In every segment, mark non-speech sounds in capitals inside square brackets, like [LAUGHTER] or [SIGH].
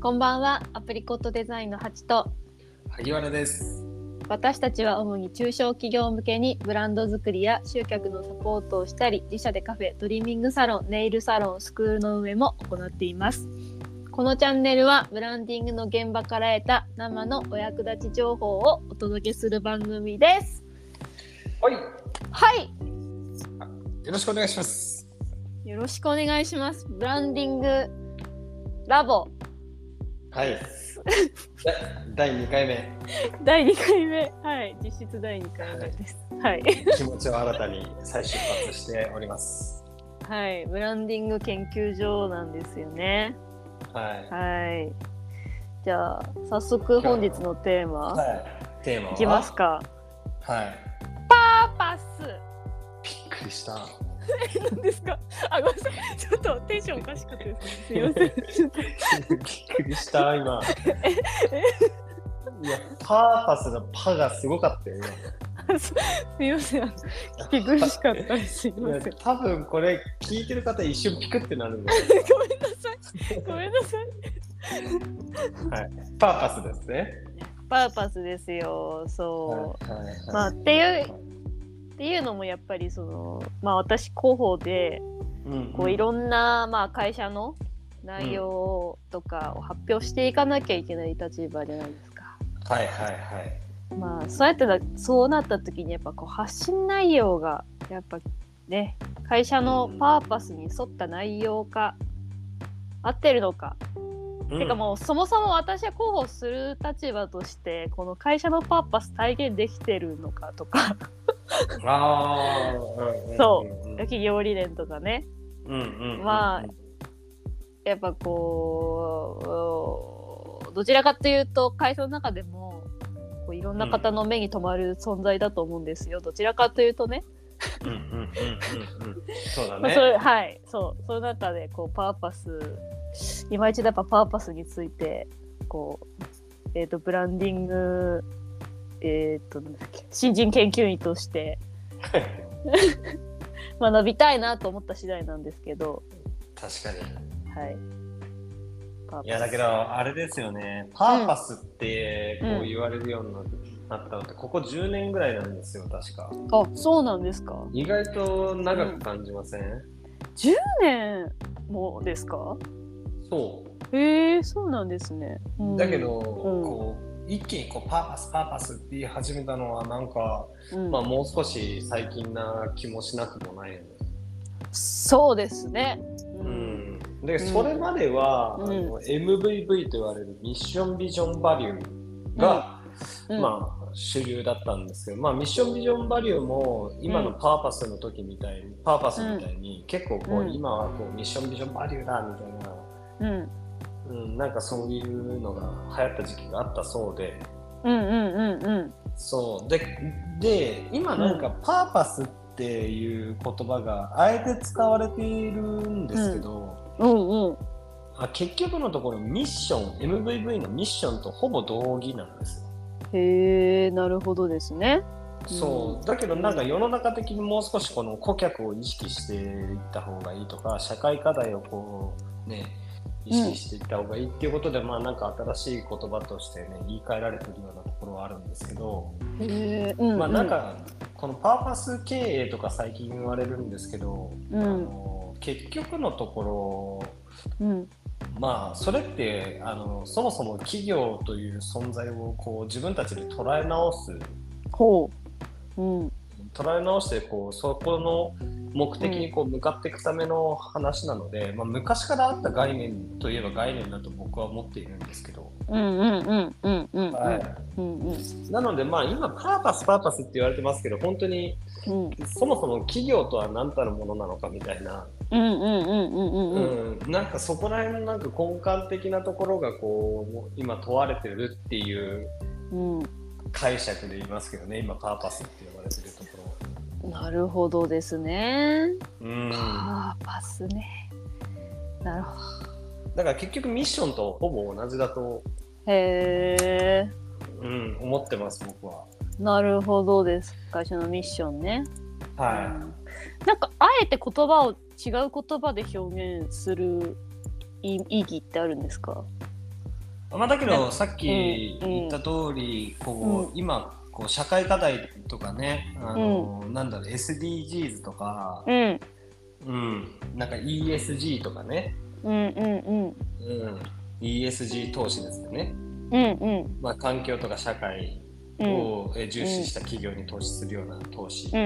こんばんはアプリコットデザインのハチと萩原です。私たちは主に中小企業向けにブランド作りや集客のサポートをしたり自社でカフェドリーミングサロンネイルサロンスクールの運営も行っていますこのチャンネルはブランディングの現場から得た生のお役立ち情報をお届けする番組ですはい。よはいろしくお願いします。よろしくお願いしますブランディングラボ [LAUGHS] はい。だ第2回目、第2回目はい実質第2回目ですはい気持ちを新たに [LAUGHS] 再出発しております。はいブランディング研究所なんですよねははい。じゃあ早速本日のテーい。マはい。テーマはいきます。か。はい。パパス。びっくりした。なんですか。あごめんなさい。ちょっとテンションおかしくてすみません。ちょっとびっくりした、 [LAUGHS] 今。いや、パーパスのパがすごかったよ、今。あすみません。聞き苦しかったです。すみまいせんや。多分これ聞いてる方一瞬ピクってなるん [LAUGHS] でごめんなさい。ごめんなさい。パーパスですね。パパスですよ。そう。はいはいはいまあっていうっていうのもやっぱりそのまあ私広報で。うんこういろんな、まあ、会社の内容とかを発表していかなきゃいけない立場じゃないですか。はいはいはい。まあ、そうやってなそうなった時にやっぱこう発信内容がやっぱね会社のパーパスに沿った内容か、合ってるのか、てかもうそもそも私は広報する立場としてこの会社のパーパス体現できてるのかとか [LAUGHS] ああ、そうん企業理念とかねうんうんうん。まあやっぱこううんどちらかというと会社の中でもこういろんな方の目に留まる存在だと思うんですよ、どちらかというとねうんうんうんうんうん。そうだまあ、ね。それはいそうその中でこうパーパス今一度やっぱパーパスについてこう、えー、とブランディング、えー、となんだっけ新人研究員と [LAUGHS] して学びたいなと思った次第なんですけど、確かに。はい、パーパスいやだけどあれですよね。パーパスってこう言われるようになったのってここ10年ぐらいなんですよ確か。あそうなんですか意外と長く感じません？ 10年もですかそへえそうなんですね、うんう。だけど、こう一気にこうパーパスパーパスって言い始めたのはなんか、うんまあもう少し最近な気もしなくもないよね。そうですねう、うんんで、それまでは、うんあの MVV と言われるミッションビジョンバリューが、あまあ、主流だったんですけど、まあ、ミッションビジョンバリューも今のパーパスの時みたいに、パーパスみたいに結構こう、うん今はこうミッションビジョンバリューだみたいな、うんうん、なんかそういうのが流行った時期があったそうで。うんうんうんうんそうでで今なんかパーパスっていう言葉があえて使われているんですけど、うんうんあ結局のところミッション MVV のミッションとほぼ同義なんですよ。へえなるほどですねそう、だけどなんか世の中的にもう少しこの顧客を意識していった方がいいとか社会課題をこうね意識していった方がいいっていうことで、まあなんか新しい言葉としてね言い換えられてるようなところはあるんですけど、へえうんうんまあなんかこのパーパス経営とか最近言われるんですけど、うんあの結局のところうんまあそれってあのそもそも企業という存在をこう自分たちで捉え直すほううん捉え直してこうそこの目的にこう向かっていくための話なので、まあ、昔からあった概念といえば概念だと僕は思っているんですけど、うんうんうんうんうんうんはい、うんうんなのでまあ今パーパスパーパスって言われてますけど本当にうんそもそも企業とは何たるものなのかみたいな、うんうんうんうんうんうん、なんかそこら辺のなんか根幹的なところがこう今問われてるっていううん解釈で言いますけどね今パーパスって呼ばれてるとこうんなるほどですねろうんパーパスねなるほどだから結局ミッションとほぼ同じだと、へえうん、思ってます僕はなるほどです会社のミッションね、はなんかあえて言葉を違う言葉で表現する意意義ってあるんですかまあ、だけどさっき言った通り、こうう今こう社会課題とかねあの、なんだろう SDGs とか、うんうん、なんか ESG とかね、うんうんうん、ESG 投資ですよね、うんうんうんまあ、環境とか社会うんをえ重視した企業に投資するような投資うとん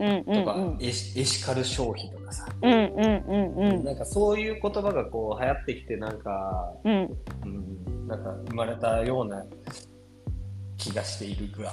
うんうんか、エシエシカル消費とかさ、うんうんうんうんなんかそういう言葉がこう流行ってきてなんか、うんうん、なんか生まれたような気がしているが。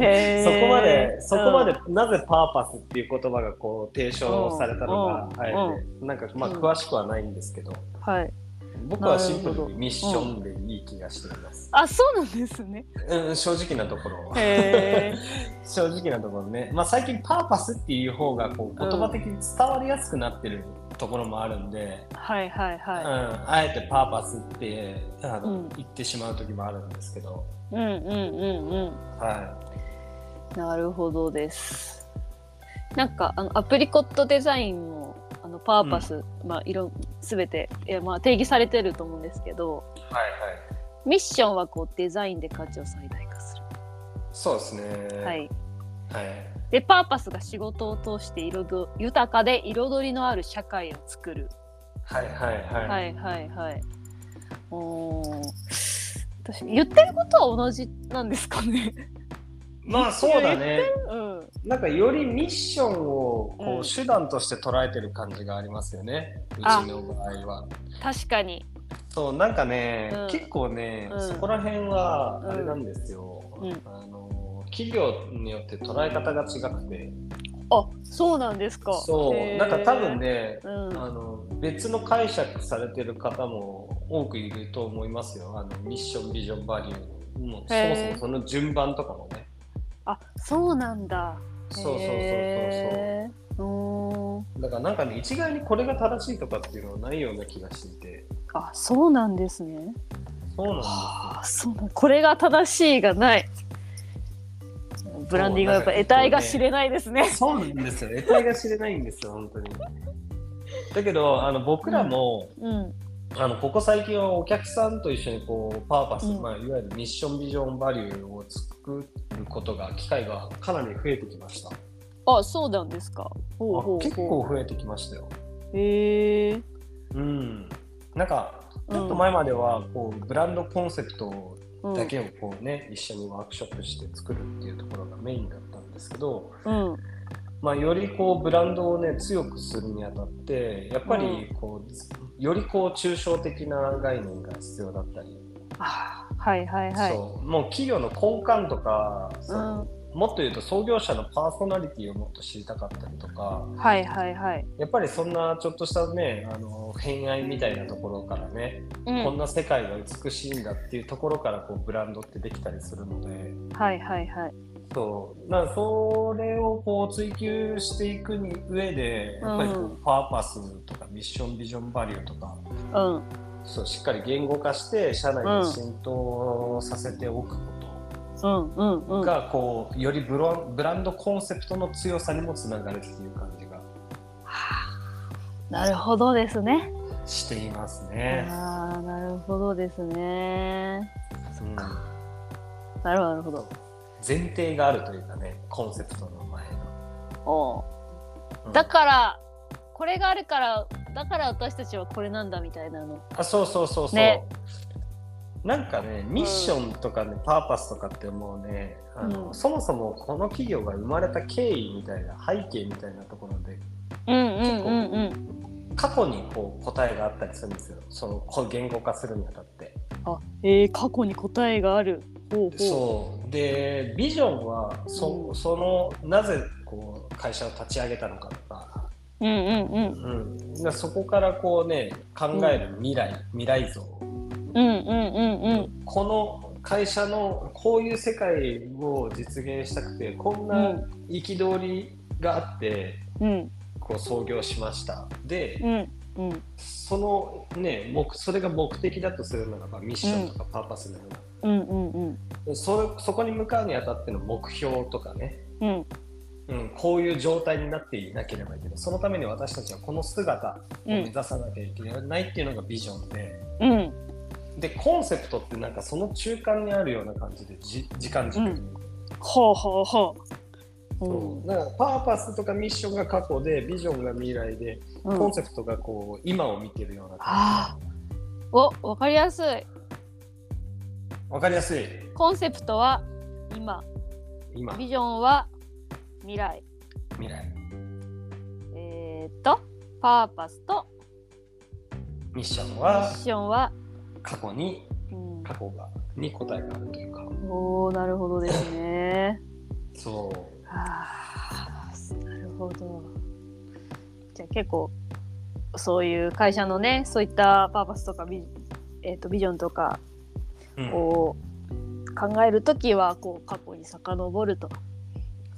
へーそこまで、そこまうんで、なぜパーパスっていう言葉がこう提唱されたのかう、んあえて、なんかまあうん詳しくはないんですけど、はい僕はシンプなるルほどにミッションでいい気がしています。あそうなんですねうん、正直なところ、へ正直なところね、まあ最近パーパスっていう方がこう言葉的に伝わりやすくなってるところもあるんで、はいはいうん、はあえてパーパスってあの、うん言ってしまう時もあるんですけど、いうんうんうんうんはなるほどです。なんかあのアプリコットデザインもあのパーパス、まあいろんすべてえまあ定義されてると思うんですけど、い、はいはい、ミッションはこうデザインで価値を最大化すそうですね、る。はい。はいでパーパスが仕事を通して彩豊かで彩りのある社会を作る。はいはいは。はいいはいはい。おー私言ってることは同じなんですかね。 [LAUGHS] まあそうだね。うん。なんかよりミッションをこうんう手段として捉えてる感じがありますよね。うあちの場合は。確かに。そうなんかね、うん結構ね、うんそこら辺はうんあれなんですよ。うんあの企業によって捉え方が違くて、あそうなんですか。そうなんか多分。ね。うん。あの別の解釈されてる方も多くいると思いますよ、あのミッション、ビジョン、バリューの、もうそへもーそもその順番とかもね、あそうなんだ。そうそうそうそうそう、へーうーんだからなんかね一概にこれが正しいとかっていうのはないような気がしていてあそうなんですね。そうなんですあそうなんこれが正しいがない。ブランディングはやっぱ得体が知れないです [LAUGHS] ね。そうなんですよ得体が知れないんですよ本当にだけどあの僕らも、うんあのここ最近はお客さんと一緒にこうパーパス、うんまあ、いわゆるミッションビジョンバリューを作ることが機会がかなり増えてきましたあそうなんですか。ほうほうほう結構増えてきましたよへえ。うんなんかちょっと前まではこうブランドコンセプトをうんだけをこうね、一緒にワークショップして作るっていうところがメインだったんですけど、うんまあ、よりこうブランドをね強くするにあたってやっぱりこう、よりこう抽象的な概念が必要だったり、あはいはいはい。そうもう企業の根幹とか、そのもっと言うと創業者のパーソナリティをもっと知りたかったりとかはいはいはい。やっぱりそんなちょっとしたねあの偏愛みたいなところからね、うこんん、な世界が美しいんだっていうところからこうブランドってできたりするので。はいはいはい。そうだからそれをこう追求していくに上でやっぱりこううんパーパスとかミッションビジョンバリューとかうんそうしっかり言語化して社内に浸透させておくこうんうんうとん。がこうよりブロンブランドコンセプトの強さにもつながるっていう感じがなるほどですね。していますね。ああなるほどですね。うんなるほどなるほど。前提があるというかねコンセプトの前の。おううんだからこれがあるからだから私たちはこれなんだみたいなのあそうそうそうそう、ねなんかねミッションとかね、パーパスとかってもうねあの、うんそもそもこの企業が生まれた経緯みたいな背景みたいなところでうんうんうんうんんうん過去にこう答えがあったりするんですよそのこう言語化するにあたって。あえー、過去に答えがあるほうほうそうでビジョンはそ,、うんそのなぜこう会社を立ち上げたのかとか、うんうんうんうん、だからそこからこうね考える未来、未来像うんうんうんうんこの会社のこういう世界を実現したくてこんうなん憤りがあってうんこう創業しましたでうんうんそのね目それが目的だとするならばミッションとかパーパスなような、うんうんうんでそそこに向かうにあたっての目標とかね、うんうん、こういう状態になっていなければいけないそのために私たちはこの姿をう目ん指さなきゃいけないっていうのがビジョンで。うんでコンセプトってなんかその中間にあるような感じでじ時間軸に、ほうほうほう。そうだからパーパスとかミッションが過去でビジョンが未来で、うんコンセプトがこう今を見てるようなああ。お、わかりやすい。わかりやすいコンセプトは今、今ビジョンは未来。未来えー、っと、パーパスとミッションミはッションは、過去にうん、過去がに答えがあるというかおーなるほどですね。そう [LAUGHS] あーなるほど。じゃあ結構そういう会社のねそういったパーパスとかビ,、えー、とビジョンとかうんを考えるときはこう過去に遡ると。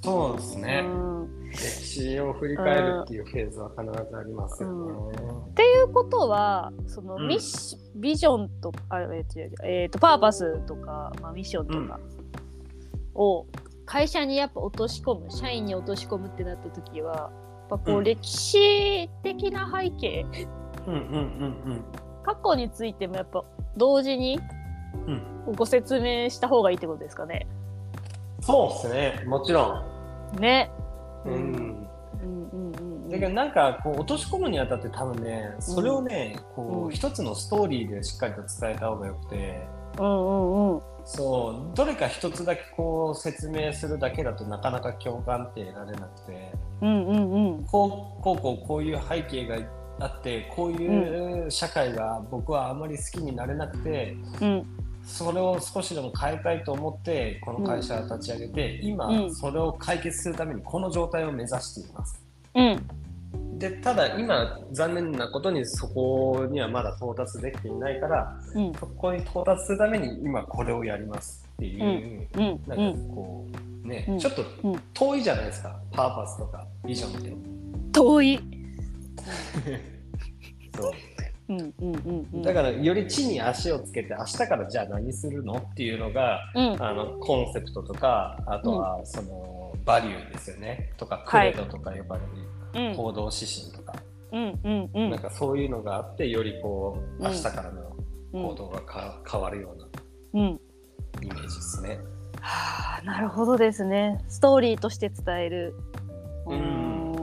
そうですね、うん、歴史を振り返るっていうフェーズは必ずありますよね。ということはそのうんミッシ、ビジョンとあえー違う違うえーとパーパスとか、まあ、ミッションとかを会社にやっぱ落とし込む社員に落とし込むってなったときはやっぱこううん歴史的な背景、うんうんうん過去についてもやっぱ同時にうんうん。ご説明した方がいいってことですかね。そうですね、もちろん。ね。う。ん、うんうんうんうん。だけどなんかこう落とし込むにあたって多分ねそれをねうこんう一つのストーリーでしっかりと伝えた方がよくてうんうんうん。そうどれか一つだけこう説明するだけだとなかなか共感って得られなくてうんうんうん。こうこうこうこういう背景があってこういう社会が僕はあまり好きになれなくて、うんそれを少しでも変えたいと思ってこの会社を立ち上げて、今、うんそれを解決するためにこの状態を目指していますうん。でただ今残念なことにそこにはまだ到達できていないからうんそこに到達するために今これをやりますっていう、うんうなんん。かこうね、うんちょっとうん遠いじゃないですか、パーパスとかビジョンって遠い。 [LAUGHS] そううんうんうんうん。だからより地に足をつけて明日からじゃあ何するのっていうのがうんあのコンセプトとかあとはその、バリューですよねとかクレードとか呼ばれるうん行動指針とか、うんうんうんなんかそういうのがあってよりこううん明日からの行動がか、変わるようなうんうん。イメージですね。はあなるほどですね。ストーリーとして伝える。ううんん。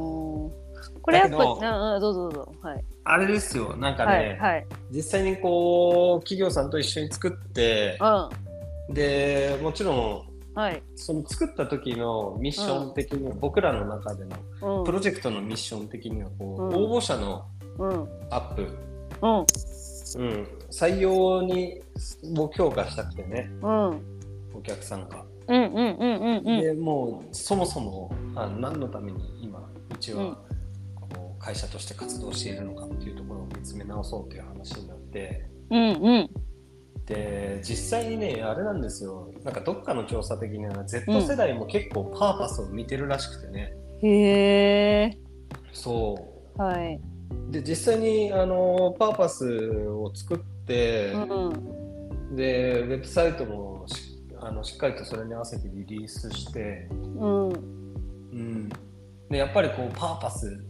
これやっぱだけどうんうんどうぞどうぞはいあれですよなんかね、はいはい実際にこう企業さんと一緒に作ってでもちろんうんはいその作った時のミッション的には、僕らの中でのうんプロジェクトのミッション的にはこう、うん応募者のうんアップうんうん、採用にを強化したくてねうんお客さんが、うんうんうんうんうんでもうそもそもあ何のために今うちはこう会社として活動しているのかっていうところを見つめ直そうという話になってうんうんで実際にねあれなんですよなんかどっかの調査的には Z 世代も結構パーパスを見てるらしくてね、へえそうはいで実際にあのパーパスを作って、うんでウェブサイトもしあのしっかりとそれに合わせてリリースして、うんうん、でやっぱりこうパーパス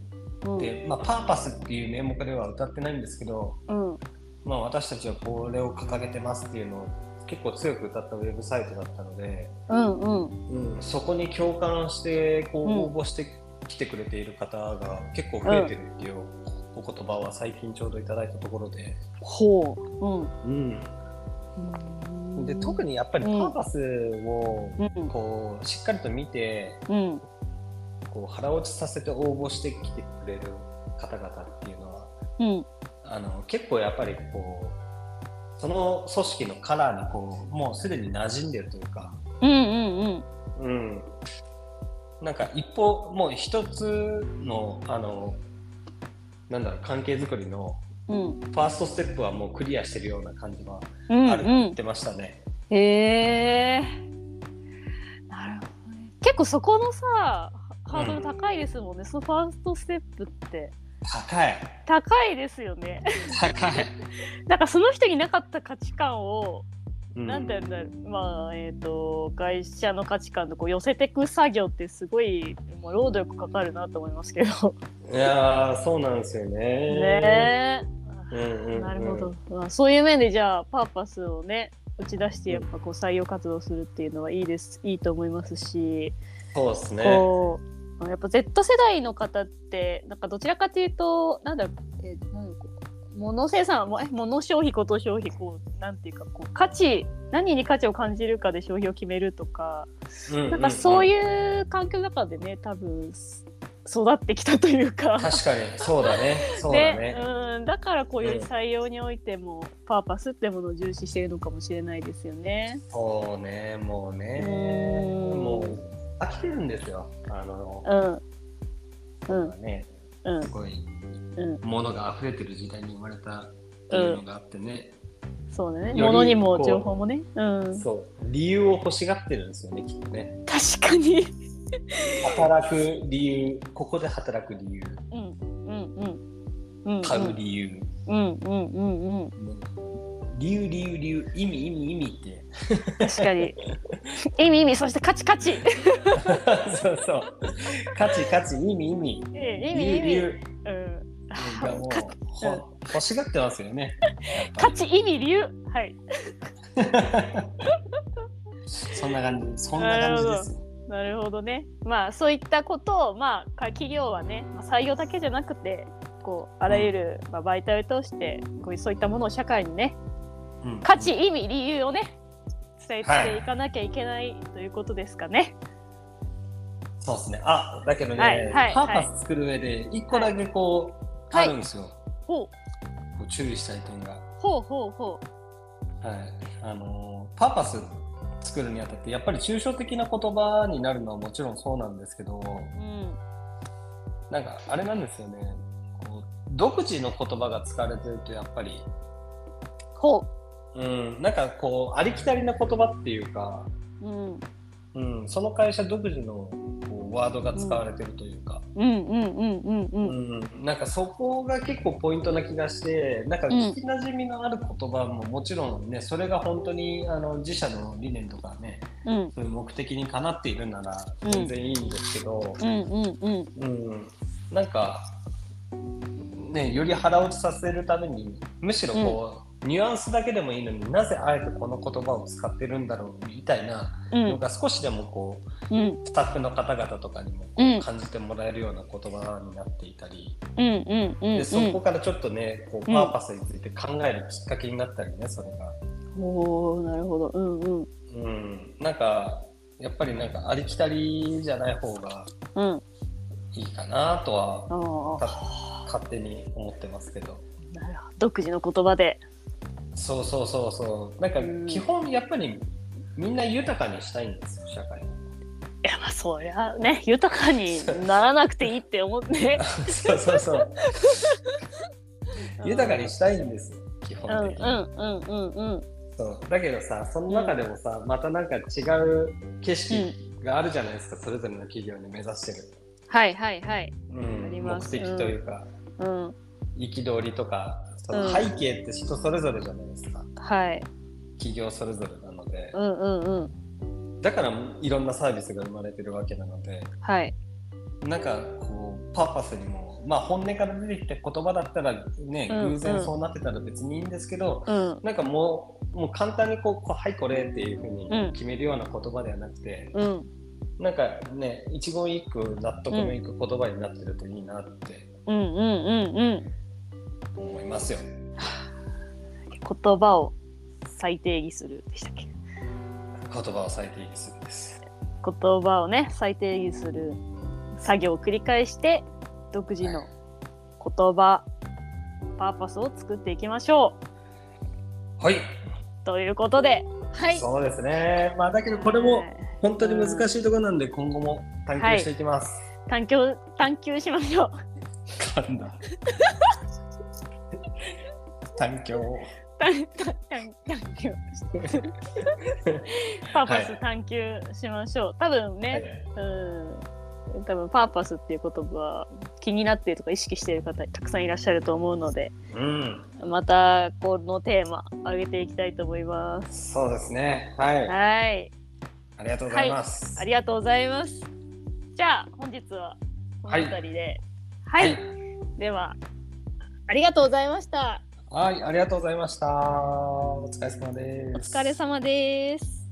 うんって、まあ、パーパスっていう名目では歌ってないんですけど、うんまあ、私たちはこれを掲げてますっていうのを結構強く歌ったウェブサイトだったので、うんうんうん、そこに共感してこううん応募してきてくれている方が結構増えてるっていうおお言葉は最近ちょうどいただいたところで。ほううんで特にやっぱりパーパスをうんこうしっかりと見てうんこう腹落ちさせて応募してきてくれる方々っていうのはうんあの結構やっぱりこうその組織のカラーにこうもうすでに馴染んでるというか、うんうんうんうん、なんか一歩もう一つのあのなんだろう関係づくりのうんファーストステップはもうクリアしてるような感じはうんあるってう言っんてましたね。へえなるほどね結構そこのさハードル高いですもんね、そのファーストステップって高い高いですよね [LAUGHS] 高い、なんかその人になかった価値観をうんなんて言うんだろうまあえっ、と会社の価値観とこう寄せていく作業ってすごいもう労働力かかるなと思いますけどいやーそうなんですよね。ねえうんうんなるほど、まあ、そういう面でじゃあパーパスをね打ち出してやっぱこう採用活動するっていうのはいいですいいと思いますし、そうですねこうやっぱ Z 世代の方ってなんかどちらかというとなんだろうえなんだろう物生産もえ物消費こと消費こうなんていうかこう価値何に価値を感じるかで消費を決めるとか、なんかそうういう環境の中でね多分育ってきたというか。確かにそうだねそうだねうん、だからこういう採用においても、パーパスってものを重視しているのかもしれないですよね。そうねもうねうーんもう飽きてるんですよあのうん、うん、ねうんす、ごいうん、ものが溢れてる時代に生まれたっていうのがあってね、そうだね。より物にもこう情報もね。うん、そう理由を欲しがってるんですよねきっとね確かに。働く理由ここで働く理由うん、うん、うん。うん、買う理由、うん、うん、うん、うん、もう理由理由理由意味意味意味って確かに。 [LAUGHS] 意味、意味、そして価値、価値。 [LAUGHS] そうそう価値価値意味意味え理意味、意由理味。由うん。がもうほ欲しがってますよねやっぱ価り値、意味、理由。はい。そんな感じそんな感じですなるほどね。まあそういったことを、まあ、か企業はね、まあ採用だけじゃなくてこうあらゆる、まあ、媒体を通してこういうそういったものを社会にねうん価値意味理由をね伝えていかなきゃいけないということですかね。そうですねあだけどね、はいはいパーパス作る上で一個だけこう、はいあるんですよほこう注意したい点がうほうほうほう。はい、あのーパーパス作るにあたってやっぱり抽象的な言葉になるのはもちろんそうなんですけどうんなんかあれなんですよねこう独自の言葉が使われてるとやっぱり、ほうん、なんかこうありきたりな言葉っていうか、う。うんうん、その会社独自のこうワードが使われてるというか、うんうんうんうんう。うんんなんかそこが結構ポイントな気がしてなんか聞きなじみのある言葉ももちろんねそれが本当にあの自社の理念とかねうんそういう目的にかなっているならうん全然いいんですけど、うんうんうんうんなんか、ね、より腹落ちさせるためにむしろこう、ニュアンスだけでもいいのになぜあえてこの言葉を使ってるんだろうみたいなうのんが少しでもこううんスタッフの方々とかにもこうんう感じてもらえるような言葉になっていたり、うんうんうんでそこからちょっとねこうパうんーパスについて考えるきっかけになったりねそれが。おーなるほどうんうんうん、なんかやっぱりなんかありきたりじゃない方がうんいいかなとはあーか勝手に思ってますけどなるほど独自の言葉でそうそうそうそうなんかうん基本やっぱりみんな豊かにしたいんですよ社 [LAUGHS] 会いやまあそりゃね豊かにならなくていいって思ってそうそうそう豊かにしたいんですよ基うんう本ん的に、うんうんうんそうだけどさその中でもさ、またなんか違う景色があるじゃないですか、それぞれの企業に目指してる、はいはいはいうんありま目す的というかうん憤、りとかそうんの背景って人それぞれじゃないですか、はい企業それぞれなのでう、んうんうんだからいろんなサービスが生まれてるわけなのではいなんかこうパーパスにもまあ本音から出てきた言葉だったらね、うん偶然そうなってたら別にいいんですけど、うんなんかもうもう簡単にこうこうはいこれっていうふううんに決めるような言葉ではなくて、うんなんかね一言一句納得のいく言葉になってるといいなってうんうんうんうん思いますよ。言葉を再定義するでしたっけ言言葉を最適にするんです。葉をね再定義する作業を繰り返して独自の言葉パーパスを作っていきましょうはい、ということではいそうですね。まあだけどこれもはい本当に難しいところなんで今後も探求していきます。探求探求しましょう噛 [LAUGHS] んだ。環境を。探探探探 [LAUGHS] 求パーパス探求しましょう、多分ね、うん多分パーパスっていう言葉気になっているとか意識している方たくさんいらっしゃると思うのでうん、またこのテーマ上げていきたいと思いますそうですね。はい、はいありがとうございます。ありがとうございますじゃあ本日はこの辺りではい、はいではありがとうございましたはい、ありがとうございました。お疲れ様です。お疲れ様です。